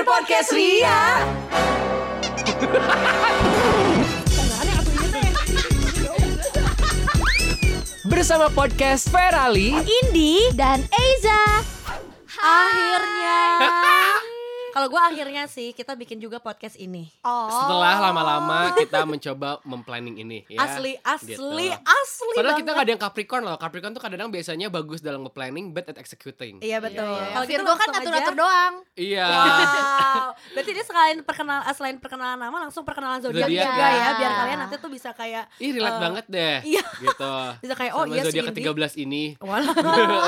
Berpodcast Ria. Bersama podcast Ferali. Indi dan Eiza. Akhirnya. Kalau gue akhirnya sih kita bikin juga podcast ini. Oh. Setelah lama-lama kita mencoba memplanning ini ya. Asli, asli, Gitu. asli Padahal kita banget. gak ada yang Capricorn loh. Capricorn tuh kadang biasanya bagus dalam nge-planning but at executing. Iya betul. Iya. Kalau gitu Virgo kan langsung ngatur-ngatur aja. doang. Iya. Wow. Berarti dia selain perkenalan selain perkenalan nama langsung perkenalan zodiak Zodiak juga ya. ya, biar kalian nanti tuh bisa kayak Ih Eh, relate banget deh. iya. Gitu. bisa kayak oh Sama iya zodiak si Indi. ke-13 ini. Walah.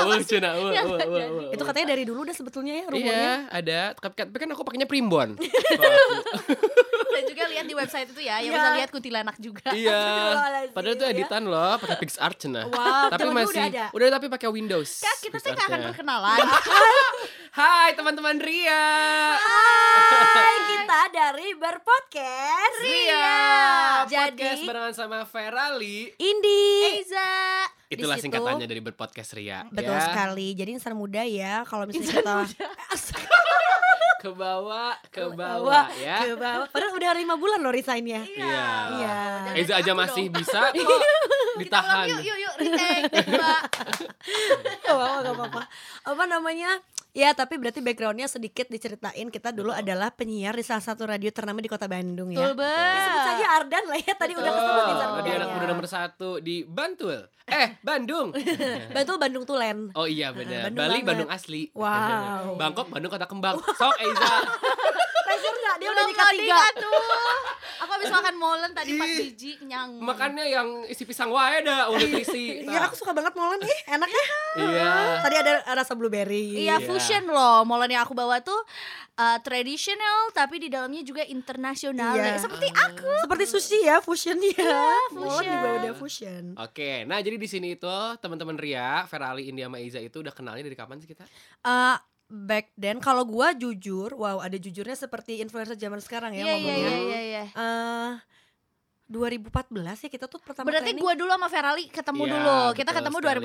Wah, Cina, wah, wah, wah, wah, wah. Itu katanya dari dulu udah sebetulnya ya rumornya. Iya, ada. Tapi tapi kan aku pakainya primbon. Dan juga lihat di website itu ya, yang Iya. bisa lihat kuntilanak juga. Iya. Astagfirullahaladzim, Padahal itu ya. editan loh, pakai PixArt cenah. Wow, zaman tapi dulu masih udah ada. tapi pakai Windows. Kak, kita sih gak akan PixArt-nya. perkenalan. Hai teman-teman Ria. Hai, kita dari Berpodcast Ria. Iya, Podcast Jadi barengan sama Ferali. Indi. Eiza. Di Itulah situ- Mm, singkatannya dari berpodcast Eh, Ria. Betul ya. sekali. Jadi insan muda ya kalau misalnya kita Ke bawah, ke bawa bawah ya. ke bawah. Padahal udah lima bulan loh resignnya. Iya. Iya. Eza aja Aku masih dong. bisa kok Kita ulang ditahan. yuk, yuk, yuk, retake, kedua. Iya. Gak apa-apa, gak apa-apa. Apa namanya? Ya tapi berarti backgroundnya sedikit diceritain kita dulu adalah penyiar di salah satu radio ternama di kota Bandung Betul, ya. Bel. Sebut saja Ardan lah ya tadi udah Betul. kesebut insan Radio Oh, anak muda mudanya. nomor satu di Bantul. Eh, Bandung. Bantul Bandung Tulen. Oh iya benar. Bandung Bali banget. Bandung asli. Wow. Bangkok Bandung kota kembang. Sok Eiza. Pressure gak? Dia udah Belum nikah tiga. loading, atuh. Aku habis makan molen tadi 4 biji, nyang. Makannya yang isi pisang wae dah udah berisi. Ya aku suka banget molen ih, enak ya. Iya. Tadi ada rasa blueberry. Iya Iya. fusion loh, molen yang aku bawa tuh uh, traditional tapi di dalamnya juga internasional. ya Iya. Seperti aku. Iya, Seperti sushi ya, fusion ya. Molen fusion. juga udah fusion. Oke, nah jadi di sini itu teman-teman Ria, Ferali, India, sama Eiza itu udah kenalnya dari kapan sih kita? Eh, back then kalau gua jujur, wow ada jujurnya seperti influencer zaman sekarang ya Iya, iya, ngomongnya. iya, iya, iya. Eh, 2014 ya kita tuh pertama Berarti training. gua dulu sama Ferali ketemu Iya, dulu. Kita betul ketemu sekali.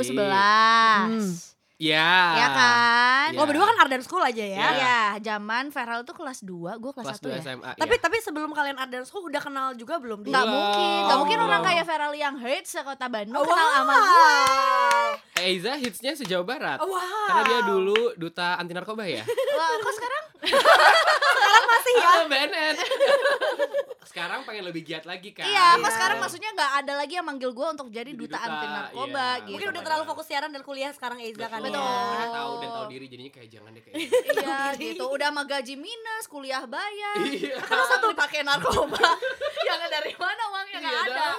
2011. Ya. Ya kan? Iya. Oh berdua kan Ardan School aja ya. Ya, Iya. zaman Feral tuh kelas 2, gue kelas, Kelas 1 2 ya. SMA. Tapi tapi sebelum kalian Ardan School udah kenal juga belum Enggak Belum. mungkin, enggak mungkin orang Belum. kayak Feral yang hate sekota Bandung Oh, Wow. Oh, kenal sama gue. ya. Eiza hitsnya sejauh barat. Oh, Wow. Karena dia dulu duta anti narkoba ya. Wah, kok sekarang masih ya. Oh, BNN. Sekarang pengen lebih giat lagi kan. iya, kok Iya. sekarang maksudnya enggak ada lagi yang manggil gue untuk jadi Jadi duta duta, anti narkoba iya. gitu. Mungkin udah terlalu fokus siaran dan kuliah sekarang Eiza kan Betul. ya. Karena tahu dan tahu diri jadinya kayak jangan deh kayak. gitu. Iya, gitu. Udah sama gaji minus, kuliah bayar. Iya. Masa tuh pakai narkoba? yang dari mana uangnya enggak Iya ada. Iya, dong.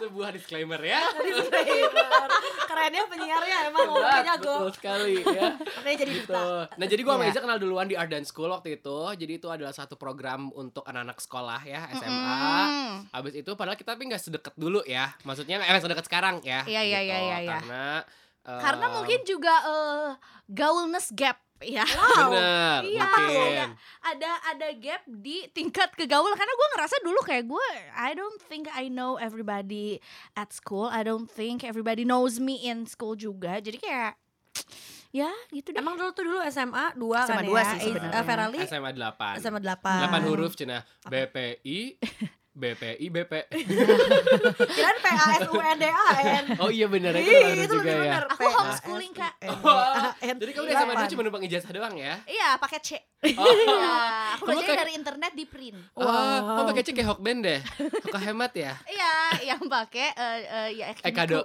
Sebuah disclaimer ya. Disclaimer. Iya. Kerennya penyiarnya emang Berat, ngomongnya betul jago. sekali ya. Makanya jadi gitu. duta. Nah jadi gue sama Iya. Eza kenal duluan di Arden School waktu itu Jadi itu adalah satu program untuk anak-anak sekolah ya SMA Mm. Abis itu padahal kita tapi gak sedekat dulu ya Maksudnya gak eh, sedekat sekarang ya Iya, iya, gitu. iya, iya, iya. Karena eh, Karena mungkin juga eh, gaulness gap ya. Bener Iya, mungkin Ada ada gap di tingkat kegaulan karena gue ngerasa dulu kayak gue I don't think I know everybody at school. I don't think everybody knows me in school juga. Jadi kayak ya gitu deh. Emang dulu tuh dulu SMA 2 kan SMA ya. dua sih Eiza- sebenarnya. eh, Ferali SMA 8 SMA 8. 8 huruf Cina BPI BPI BP Kirain P A S U N D A N. Oh iya bener ya Ih, kita baru itu juga lebih ya bener. Aku P A S homeschooling, U Kak. N D A Wah, N. Jadi kamu di SMA dulu Delapan. cuma numpang ijazah doang ya Iya, pakai C. Oh Iya, aku Kamu belajarnya kayak- dari internet di print. Wah, Wow. mau Oh, pakai cek kayak Hokben deh. Kok hemat ya? Iya, yang pakai eh, eh, ya Eh kado.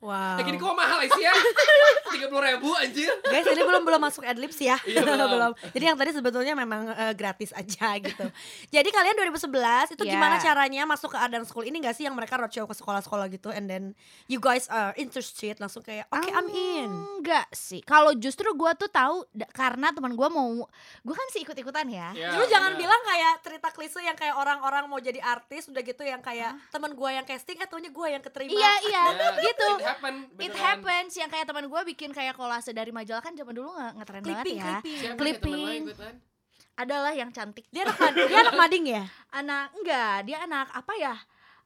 Wow. Eh gini kok mahal sih ya? Tiga puluh ribu anjir. Guys, ini belum belum masuk adlibs ya. Iya, belum. Jadi yang tadi sebetulnya memang eh, gratis aja gitu. Jadi kalian 2011 itu Iya. gimana caranya masuk ke Ardan School ini gak sih yang mereka roadshow ke sekolah-sekolah gitu and then you guys are interested langsung kayak oke I'm in. Enggak sih. Kalau justru gua tuh tahu da- karena teman gua mau gua kan sih ikut-ikutan ya. Ya, Lu jangan bener. bilang kayak cerita klise yang kayak orang-orang mau jadi artis udah gitu yang kayak teman gua yang casting eh taunya gua yang keterima. Iya, iya, Ya, gitu. It happen. It beneran. happens yang kayak teman gua bikin kayak kolase dari majalah kan zaman dulu nggak ngetren banget Clipping, kan? ya. clipping. Siapa Clipping. temen lo yang ikutan? Adalah yang cantik. Dia anak, mad- dia anak mading ya? Anak enggak, dia anak apa ya?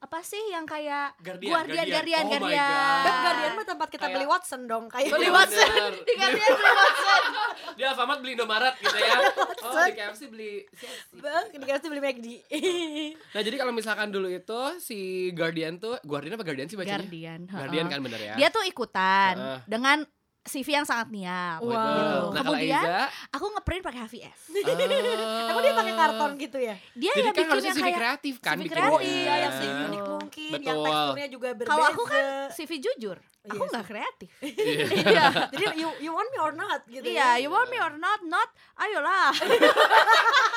apa sih yang kayak Guardian, Guardian, Guardian, oh Guardian. My Beb God. Guardian mah tempat kita Kayak- beli Watson dong kayak Beli Watson. di Guardian beli Watson. Di Alfamart beli Indomaret gitu ya. Oh, di KFC beli CFC. Beb, dikasih beli McD Nah, jadi kalau misalkan dulu itu si Guardian tuh Guardian apa Guardian sih bacanya? Guardian. heeh. Guardian kan bener ya. Dia tuh ikutan Heeh. dengan CV yang sangat niat. Betul. Wow. Nah, kalau Kemudian, Eza, Aku ngeprint pakai HVS. oh. Emang dia pakai karton gitu ya? Dia Jadi ya kan bikin harusnya yang CV kayak kreatif kan CV bikinnya. kreatif. Oh iya, yang Iya. seunik mungkin, yang Betul. teksturnya juga berbeda. Kalau aku kan CV jujur. Aku Iya nggak kreatif. Iya. Iya. jadi you, you want me or not gitu Iya, ya? Gitu. you want me or not, not, ayolah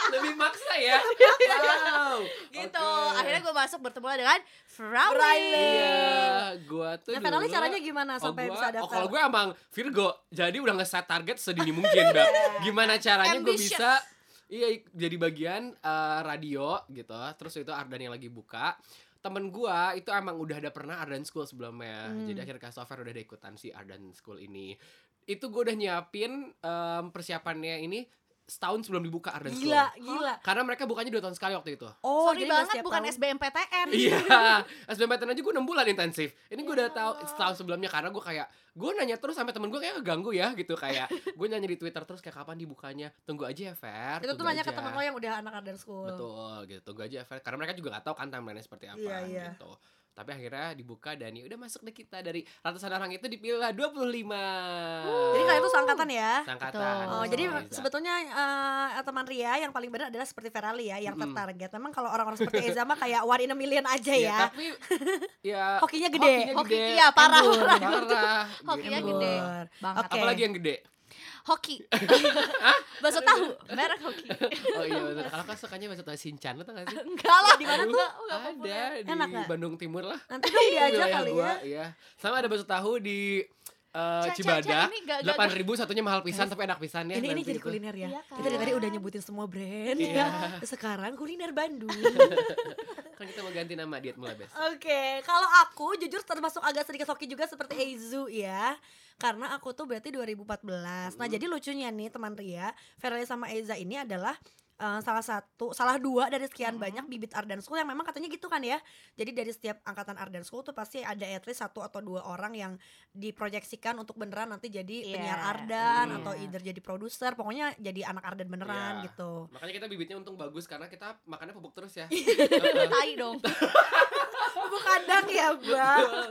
Lebih maksa ya. Wow. Gitu, Oke. akhirnya gue masuk bertemu dengan Briley. Frawley Iya, gua tuh Nah, Fenali dulu- caranya gimana Oh, sampai gua- bisa Oh, daftar? kalau gue emang Virgo, jadi udah nge-set target sedini mungkin, Mbak. Gimana caranya gue Ambitious. bisa Iya, ik- jadi bagian eh, radio gitu. Terus itu Ardan yang lagi buka. Temen gue itu emang udah ada pernah Ardan School sebelumnya. Hmm. Jadi akhirnya Christopher udah ada ikutan si Ardan School ini. Itu gue udah nyiapin em, persiapannya ini setahun sebelum dibuka Ardan gila, School. gila. Karena mereka bukanya dua tahun sekali waktu itu. Oh, jadi Sorry nggak banget setiap bukan tahun. SBMPTN Iya, SBMPTN aja gue 6 bulan intensif. Ini gue Ya udah tahu setahun sebelumnya karena gue kayak gue nanya terus sampai temen gue kayak keganggu ya gitu kayak gue nanya di Twitter terus kayak kapan dibukanya. Tunggu aja ya, Fer. Itu tuh tunggu nanya ke aja." temen ya, lo yang udah anak Arden School. Betul gitu. Tunggu aja ya, Fer. Karena mereka juga gak tahu kan timeline-nya seperti apa Iya, iya. gitu. Tapi akhirnya dibuka dan ya udah masuk deh kita dari ratusan orang itu dipilih 25. Uh. Jadi kalian tuh seangkatan ya? sangkatan. Betul. Oh, sama jadi Reza. sebetulnya eh, teman Ria yang paling benar adalah seperti Ferali ya, yang Mm-mm. tertarget. Memang kalau orang-orang seperti Eza mah kayak one in a million aja Iya, ya. Tapi ya Hokinya gede. hokinya Hoki- gede. iya, parah, Embur, parah. parah, Hokinya gitu. gede. Embur. Banget Oke. Apalagi yang gede? Hoki Bakso tahu, merek hoki Oh iya benar. Kalau kan sukanya bahasa Thai Sinchan lo tau gak sih? Enggak lah Di mana Aduh, tuh? Ada di Enak nggak? Bandung Timur lah. Nanti dong diajak Wilayah kali gua, ya. Iya. Sama ada bakso tahu di eh, Ca- ca- ca, Cibadak. ini gak- gak- Delapan ribu satunya mahal pisan tapi enak pisan ya. Ini ini nanti jadi itu. kuliner ya. Iya Kita dari kan? tadi udah nyebutin semua brand Iya. ya. Sekarang kuliner Bandung. Kan kita mau ganti nama diet mulai bes. Oke, kalau aku jujur termasuk agak sedikit hoki juga seperti Eizu ya. Karena aku tuh berarti 2014. Nah, Hmm. jadi lucunya nih teman Ria, Ferrari sama Eiza ini adalah eh, salah satu, salah dua dari sekian Hmm. banyak bibit Ardan School yang memang katanya gitu kan ya. Jadi dari setiap angkatan Ardan School tuh pasti ada at least satu atau dua orang yang diproyeksikan untuk beneran nanti jadi penyiar Iya. Ardan Hmm. atau either jadi produser, pokoknya jadi anak Ardan beneran Iya. gitu. Makanya kita bibitnya untung bagus karena kita makannya pupuk terus ya. Tai dong Aku kadang ya, Mbak.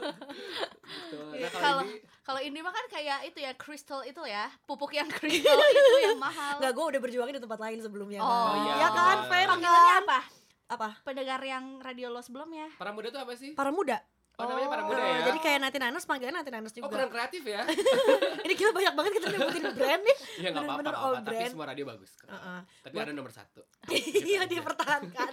Betul. Nah Iya, kalau kalau- ini Kalau ini mah kan kayak itu ya, crystal itu ya Pupuk yang crystal itu yang mahal Enggak, gue udah berjuangin di tempat lain sebelumnya. Oh, Bang. iya. ya kan, Iya. fair Panggilannya kan? apa? Apa? Pendengar yang radio ya? lo sebelumnya para muda tuh apa sih? Para muda. Oh, namanya para muda Eh, ya. Jadi kayak nanti nanas panggilannya nanti nanas Oh juga. kurang kreatif ya? Ini gila banyak banget kita nyebutin brand nih. Ya nggak apa-apa, Bener-bener nggak all apa-apa. Tapi brand. semua radio bagus. Heeh. Tapi Buat- ada nomor satu. Iya Gitu aja. dipertahankan.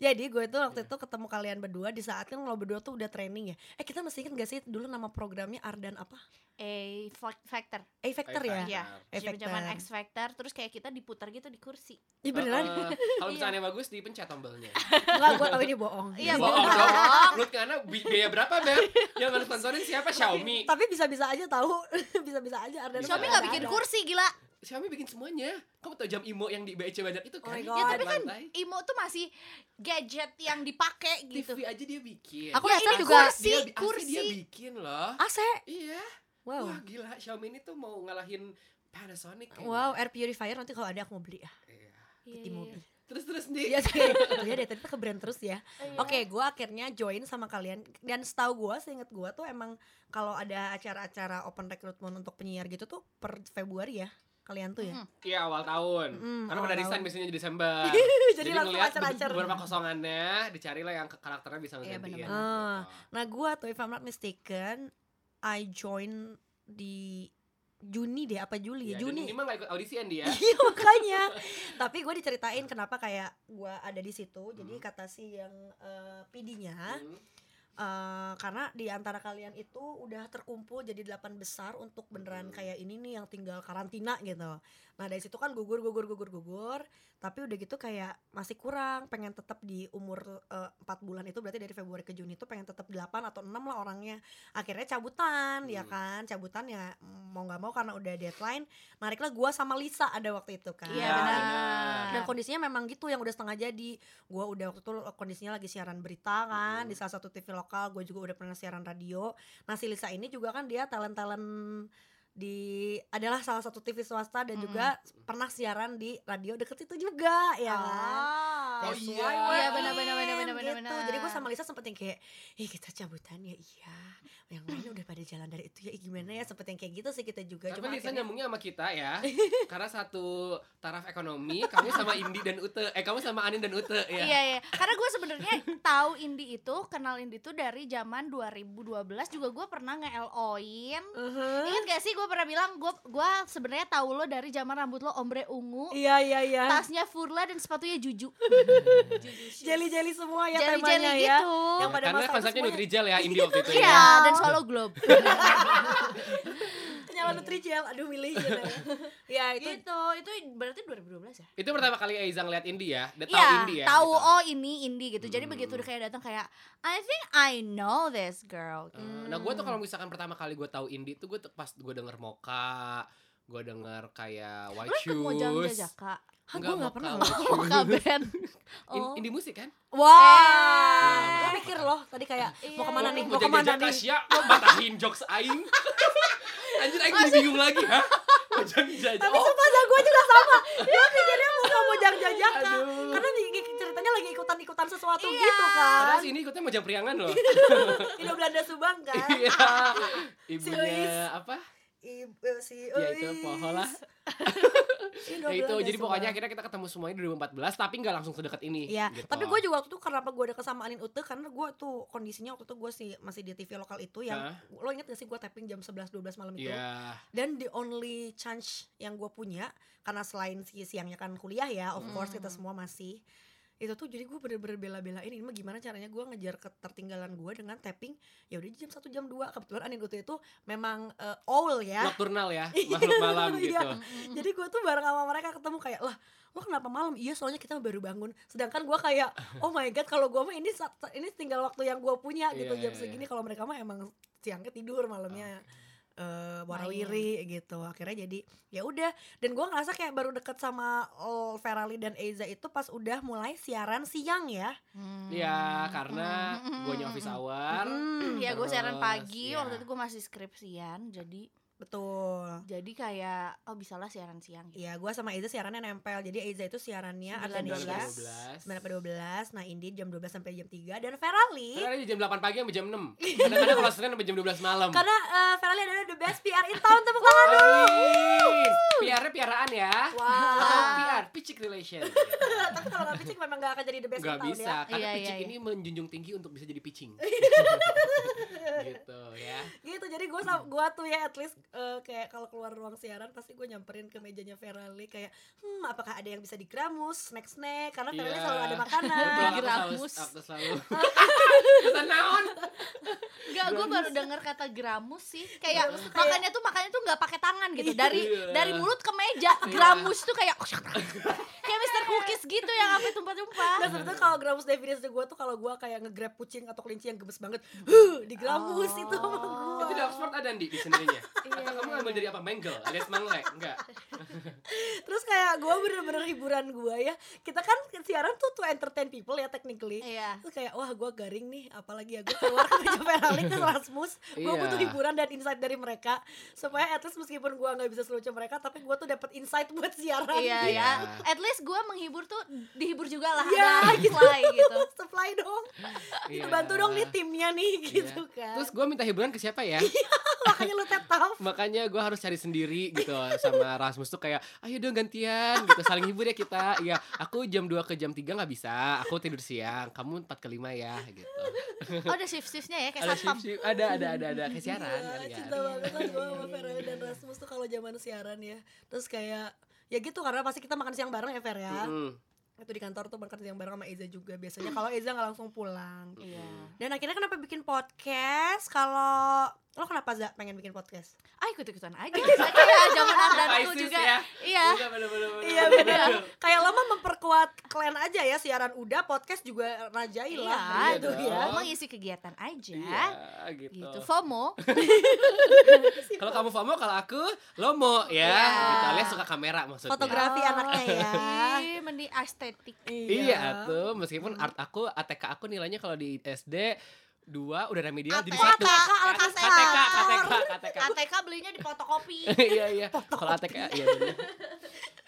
Jadi gue tuh Iya. waktu itu ketemu kalian berdua di saat kan lo berdua tuh udah training ya. Eh kita masih ingat gak sih dulu nama programnya Ardan apa? A Factor A Factor ya. Iya. A Zaman Factor. X Factor Terus kayak kita diputar gitu di kursi Iya beneran. Heeh. Eh, Kalau Iya. misalnya bagus dipencet tombolnya. Enggak, gue tahu ini bohong. Iya, Bohong bener. dong. Menurut karena biaya berapa, Beb? Yang harus sponsorin siapa? Xiaomi. Tapi bisa-bisa aja tahu, bisa-bisa aja Ardan. Bisa Xiaomi nggak gak ada. bikin kursi, gila Xiaomi bikin semuanya. Kamu tau jam IMO yang di BEC banyak itu kan? Oh my Iya God. tapi kan Imo tuh masih gadget yang dipakai gitu. TV aja dia bikin. Aku Iya, lihat ini juga Dia- Iya, kursi, asli kursi. dia bikin loh. AC. Iya. Wow. Wah, gila. Xiaomi ini tuh mau ngalahin Panasonic. kayaknya. Wow, air purifier nanti kalau ada aku mau beli ya Iya. di mobil. Terus terus nih. Iya sih. Iya deh, tadi kita ke brand terus ya. Iya. Oke, gua akhirnya join sama kalian dan setahu gua, seingat gua tuh emang kalau ada acara-acara open recruitment untuk penyiar gitu tuh per Februari ya kalian tuh ya. Mm. Iya awal tahun. Mm, Karena awal pada desain tahun. biasanya di Desember. Jadi langsung ngeliat acar-acar. beberapa kosongannya, dicarilah yang ke- karakternya bisa ngegantiin. bener-bener. Ah. gitu. Nah, gua tuh if I'm not mistaken, I join di Juni deh apa Juli? Iya, ya dan Juni. Ini mah gak ikut audisi Andy ya. Iya makanya. Tapi gue diceritain kenapa kayak gue ada di situ. Jadi Hmm. kata si yang eh, PD-nya, Hmm. eh, karena di antara kalian itu udah terkumpul jadi delapan besar untuk beneran Mhm. kayak ini nih yang tinggal karantina gitu. Nah dari situ kan gugur gugur gugur gugur, tapi udah gitu kayak masih kurang. Pengen tetap di umur eh, empat bulan itu berarti dari Februari ke Juni itu pengen tetap delapan atau enam lah orangnya. Akhirnya cabutan ya Hmm. kan, cabutan ya mm, mau nggak mau karena udah deadline. Nariklah gua sama Lisa ada waktu itu kan. Iya Nah, benar. benar. Dan kondisinya memang gitu yang udah setengah jadi. Gua udah waktu itu kondisinya lagi siaran berita kan Mhm. di salah satu TV lokal. Gue juga udah pernah siaran radio. Nah si Lisa ini juga kan dia talent talent di adalah salah satu TV swasta dan Mm-mm. juga pernah siaran di radio deket itu juga ya Iya kan. Hmm. Oh, Oh, That's why iya. we're Iya, benar, benar, benar, in, benar, benar, gitu. Jadi gue benar. sama Lisa sempet yang kayak Ih kita cabutan ya iya Yang lain udah pada jalan dari itu ya ih, gimana ya Sempet yang kayak gitu sih kita juga Tapi Cuma Lisa akhirnya- nyambungnya sama kita ya Karena satu taraf ekonomi Kamu sama Indi dan Ute Eh kamu sama Anin dan Ute ya Iya iya, karena gue sebenarnya tahu Indi itu, kenal Indi itu dari zaman 2012 juga gue pernah nge-LO-in. Uh-huh. Ingat gak sih gue pernah bilang gue gua sebenarnya tahu lo dari zaman rambut lo ombre Oh. ungu, Iya iya iya tasnya furla dan sepatunya juju. Juju shoes. Jeli-jeli semua Iya, ya Jeli-jeli temanya ya gitu. Yang pada Karena masa itu konsepnya semuanya. Nutrijel ya Indi waktu itu Iya, ya Iya. dan solo globe. Kenyalan Nutrijel Aduh milih gitu ya. Iya. ya itu gitu. Itu berarti 2012 ya? Itu pertama kali Eiza ngeliat Indi ya Dia tahu Iya, Indi ya tahu gitu. oh ini Indi gitu. Jadi Hmm. begitu dia kayak datang kayak I think I know this girl. Hmm. Eh, Nah gue tuh kalau misalkan pertama kali gue tahu Indi tuh gue tuh pas gue denger Moka Gue denger kayak White Lo ikut Mojang Shoes Jajaka? Hah gue gak Moka, pernah White Mau Shoes. kaben. In- Oh. Indi musik kan? Wah Gue Eh. pikir loh tadi kayak Mau Iya. kemana Gua nih mau Mau jaga kemana jaga nih Sia, lo batahin jokes aing. Anjir aing jadi bingung lagi ya. Mojang jajan. Tapi Oh, sumpah lah gue juga sama Dia pikirnya mau kamu jang-jajaka Aduh. Karena di- di- ceritanya lagi ikutan-ikutan sesuatu Iya. gitu kan Iya. padahal si ini ikutnya Mojang Priangan loh. Ini Belanda Subang kan Iya. Luis. Ibunya apa? Ibu eh, si Ya, itu Poho lah. Indo Ya itu Belanda jadi pokoknya Subang. akhirnya kita ketemu semuanya di 2014 tapi nggak langsung sedekat ini. Iya, gitu. tapi gue juga waktu itu kenapa gue ada kesamaanin Ute karena gue tuh kondisinya waktu itu gue sih masih di TV lokal itu yang gitu. Hah? lo inget gak sih gue tapping jam 11 12 malam itu. Iya. Dan the only chance yang gue punya karena selain si siangnya kan kuliah ya, of course Hmm. kita semua masih itu tuh jadi gue bener-bener bela-belain ini mah gimana caranya gue ngejar ketertinggalan gue dengan tapping ya udah jam satu jam 2 kebetulan Anin Ute itu memang eh, owl ya Nocturnal ya, makhluk malam Iya. gitu. jadi gue tuh bareng sama mereka ketemu kayak lah lo kenapa malam iya soalnya kita baru bangun sedangkan gue kayak oh my god kalau gue mah ini sa- sa- ini tinggal waktu yang gue punya gitu Iya, jam iya, segini kalau mereka mah emang siangnya tidur malamnya eh warawiri gitu akhirnya jadi ya udah dan gue ngerasa kayak baru deket sama oh, Ferali dan Eiza itu pas udah mulai siaran siang ya Hmm, Iya, karena gue office hour. Mm, Ya gue hmm. siaran Terus, pagi, iya. waktu itu gue masih skripsian, jadi betul jadi kayak oh bisalah siaran siang gitu. Iya gue sama Eiza siarannya nempel Jadi Eiza itu siarannya ada 9 12 sampai 9 sampai 12 Nah Indi jam 12 sampai jam 3 Dan Ferali Karena ada jam 8 pagi sampai jam 6 Kadang-kadang kalau Senin sampai jam 12 malam Karena eh, Ferali adalah the best PR in town tepuk tangan. Amin PR-nya piaraan ya Atau PR, picik relation Tapi kalau nggak pitching memang nggak akan jadi the best Gak in town ya. bisa, karena Iya, iya, picik iya. ini menjunjung tinggi untuk bisa jadi pitching Gitu ya Gitu jadi gue sama gue tuh ya at least eh, kayak kalau keluar ruang siaran pasti gue nyamperin ke mejanya Ferali kayak hmm apakah ada yang bisa digramus snack snack karena Ferali Iya. selalu ada Ah, Betul, makanan. aku selalu, Gramus. aku selalu Pesan naon Enggak, gue baru denger kata gramus sih. Kayak makannya tuh makannya tuh nggak pakai tangan gitu. Dari Iya. dari mulut ke meja. Gramus tuh kayak kayak Mr. Cookies gitu yang sampai tumpah-tumpah. Nah sebetulnya kalau gramus definisi gue tuh kalau gue kayak ngegrab kucing atau kelinci yang gemes banget, huh, digramus Oh. itu sama gue. Itu di Oxford ada Andi di sendirinya Iya, Atau kamu iya, ngambil iya. dari apa? Mangle? Ada semangle? Enggak Terus kayak gue bener-bener hiburan gue ya. Kita kan siaran tuh to entertain people ya technically. Iya. Terus kayak wah gue garing nih apalagi ya gue keluar ke meja Ferrari ke Rasmus gue Iya. butuh hiburan dan insight dari mereka supaya at least meskipun gue nggak bisa selucu mereka tapi gue tuh dapat insight buat siaran Iya Iya. ya. At least gue menghibur tuh dihibur juga lah Iya, ada supply gitu. supply dong Gitu, Iya. bantu dong nih timnya nih Iya. gitu kan Terus gue minta hiburan ke siapa ya? makanya lu tap tap makanya gue harus cari sendiri gitu sama Rasmus tuh kayak ayo dong gantian gitu saling hibur ya kita ya aku jam 2 ke jam 3 nggak bisa aku tidur siang kamu 4 ke 5 ya gitu Oh ada shift-shiftnya ya kayak ada satpam. ya. shift shift ada ada ada ada kayak siaran kan, Iya, kan? cinta banget kan gue sama Ferrari dan Rasmus tuh kalau zaman siaran ya terus kayak ya gitu karena pasti kita makan siang bareng ya Fer ya Mm-mm. itu di kantor tuh bekerja yang bareng sama Eza juga biasanya kalau Eza nggak langsung pulang Iya. dan akhirnya kenapa bikin podcast kalau lo kenapa Za pengen bikin podcast Ah ikut-ikutan aja. Iya, zaman Ardanku Pisces juga. ya. Iya. Iya, bener, bener, bener, Iya, bener, bener. bener. kayak lo mah memperkuat klan aja ya siaran udah podcast juga rajai Iya, lah Iya gitu ya dong. mengisi kegiatan aja. Iya, gitu. Gitu, FOMO. Kalau kamu FOMO, kalau aku Lomo ya. Iya. Gitu, alias suka kamera maksudnya. Fotografi Oh, anaknya ya. Ih, mending estetik. Iya tuh, meskipun art aku, ATK aku nilainya kalau di SD dua udah remedial Iya, jadi ATK, satu. ya, Ya, alat KTK, kasar. KTK, KTK, KTK. ATK belinya di fotokopi. Iya iya. Kalau Fotokopi. ATK iya bener.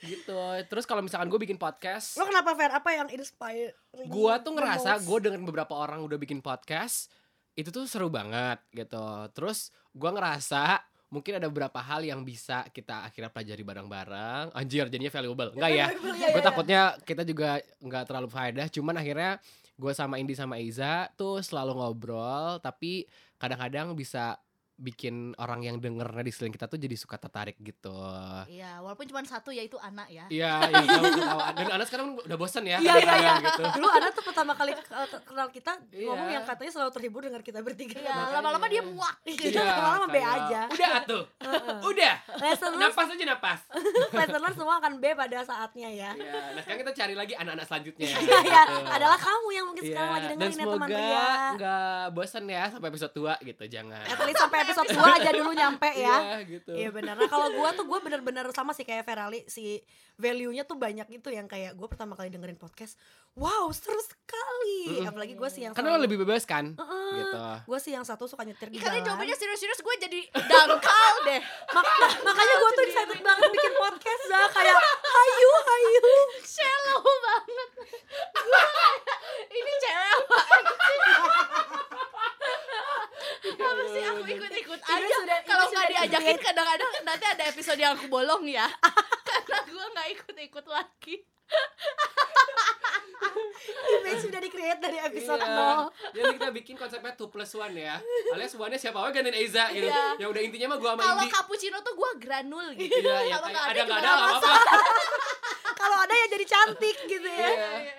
Gitu. Terus kalau misalkan gue bikin podcast, lo kenapa Fer apa yang inspire gua tuh ngerasa the gue most? dengan beberapa orang udah bikin podcast itu tuh seru banget gitu terus gua ngerasa mungkin ada beberapa hal yang bisa kita akhirnya pelajari bareng-bareng anjir jadinya valuable enggak ya Iya, gue iya, iya. takutnya kita juga nggak terlalu faedah cuman akhirnya gue sama Indi sama Iza tuh selalu ngobrol tapi kadang-kadang bisa bikin orang yang dengernya di selain kita tuh jadi suka tertarik gitu Iya, walaupun cuma satu yaitu anak ya. iya iya kamu ketawa. dan Anas sekarang udah bosen ya Iya, iya, kadang-kadang gitu dulu ada tuh pertama kali eh, kenal kita Iya. ngomong yang katanya selalu terhibur dengan kita bertiga Iya, Makanya. lama-lama dia muak. Iya, lama-lama B kayak, aja. Udah atuh. Heeh. Udah. Listeners, Napas aja napas. listeners semua akan B pada saatnya ya. Iya, nah sekarang kita cari lagi anak-anak selanjutnya. Iya, iya. Gitu. Adalah kamu yang mungkin Iya, sekarang lagi Dan dengerin ya teman semoga Ria. nggak bosan ya sampai episode tua gitu, jangan. At least sampai episode 2 aja dulu nyampe ya. Iya, gitu. Iya benar. Nah, kalau gua tuh gua bener-bener sama sih kayak Ferali si value-nya tuh banyak itu yang kayak gua pertama kali dengerin podcast, wow seru sekali. Mm-mm. Apalagi gua sih yang Karena lo lebih bebas kan? Heeh. Gitu. Gue sih yang satu suka nyetir di Kalian jalan. jawabannya serius-serius gue jadi dangkal deh. Mak- nah, makanya gue tuh excited banget bikin podcast za kayak hayu hayu Shallow banget. Gua kayak, ini cewek apaan sih? Apa sih aku ikut-ikut Ini aja sudah- ini Kalau sudah nggak diajakin kadang-kadang nanti ada episode yang aku bolong ya Karena gue nggak ikut-ikut lagi image sudah di create dari episode Iya. nol Jadi kita bikin konsepnya 2 plus 1 ya. Alias one-nya siapa aja gantiin Eiza gitu. Iya. Ya udah intinya mah gua sama Kalau Indi. cappuccino tuh gue granul gitu Iya, ya, Kalau nggak ada ada nggak ada gimana nggak apa-apa. kalau ada ya jadi cantik gitu ya Iya.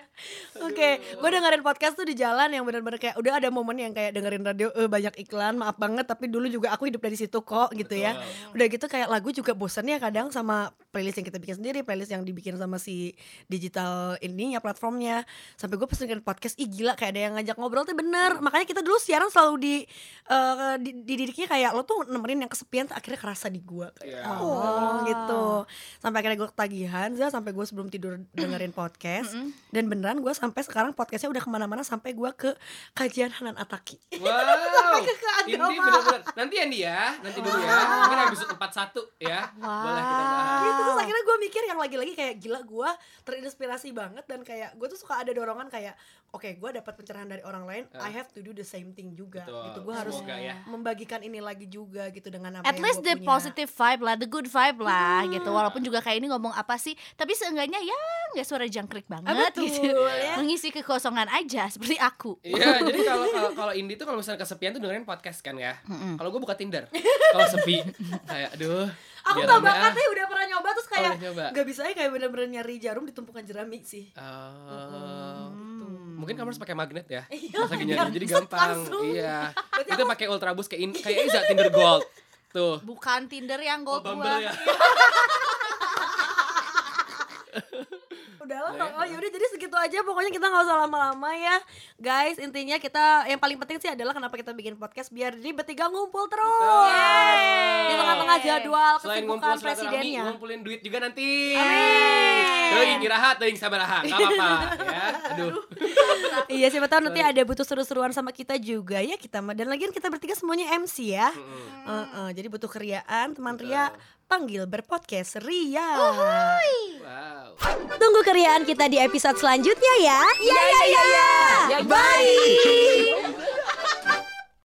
oke gue dengerin podcast tuh di jalan yang benar-benar kayak udah ada momen yang kayak dengerin radio eh, banyak iklan maaf banget tapi dulu juga aku hidup dari situ kok gitu ya Betul. udah gitu kayak lagu juga bosannya kadang sama playlist yang kita bikin sendiri playlist yang dibikin sama si digital ininya platformnya sampai gue dengerin podcast ih gila kayak ada yang ngajak ngobrol tuh bener makanya kita dulu siaran selalu di, eh, di- dididiknya kayak lo tuh nemenin yang kesepian tuh akhirnya kerasa di gue Iya. oh gitu sampai akhirnya gue ketagihan Zah, sampai gue sebelum tidur dengerin podcast dan beneran gue sampai sekarang podcastnya udah kemana-mana sampai gue ke kajian Hanan Ataki Gitu, Wow. ke Ini keagamaan. benar-benar. Nanti ya Andi ya, nanti dulu ya. Mungkin episode 41 ya. Boleh kita bahas. Gitu, terus akhirnya gue mikir yang lagi-lagi kayak gila gue terinspirasi banget dan kayak gue tuh suka ada dorongan kayak oke gue dapat pencerahan dari orang lain Ah. I have to do the same thing juga Betul. gitu gue harus Semoga ya. membagikan ini lagi juga gitu dengan apa At yang least gua the punya. positive vibe lah, the good vibe lah gitu Walaupun juga kayak ini ngomong apa sih Tapi seenggaknya ya nggak suara jangkrik ah, banget betul gitu ya Mengisi kekosongan aja seperti aku Iya, jadi kalau kalau kalau Indi tuh kalau misalnya kesepian tuh dengerin podcast kan ya. Mm-mm. Kalau gue buka Tinder, kalau sepi kayak aduh. aku biar tau rame, bakatnya udah pernah nyoba terus ah. kayak Boleh coba. nggak bisa ya kayak bener-bener nyari jarum di tumpukan jerami sih Oh. Hmm. gitu. Mungkin kamu harus pakai magnet ya. Iya, Pas lagi nyari jadi buset, gampang. langsung. Iya. Berarti Itu pakai ultrabus kayak In- kayak Iza Tinder Gold. Tuh. Bukan Tinder yang Oh, gold Bumble gua. ya. Udah Ya, lah, oh yaudah jadi segitu aja pokoknya kita nggak usah lama-lama ya Guys intinya kita yang paling penting sih adalah kenapa kita bikin podcast biar jadi bertiga ngumpul terus Yeay. Di tengah-tengah jadwal Selain ngumpul kesibukan silaturahmi, presidennya ngumpulin duit juga nanti. Amin. Doing irahat, doing sabaraha, nggak apa-apa ya. Aduh. Iya siapa tahu nanti ada butuh seru-seruan sama kita juga ya kita mah. Dan lagian kita bertiga semuanya MC ya Mm-mm. Heeh, Jadi butuh keriaan teman Betul. Ria panggil berpodcast Ria Wow. Tunggu Ya, keriaan kita di episode selanjutnya ya Ya ya ya, ya. Bye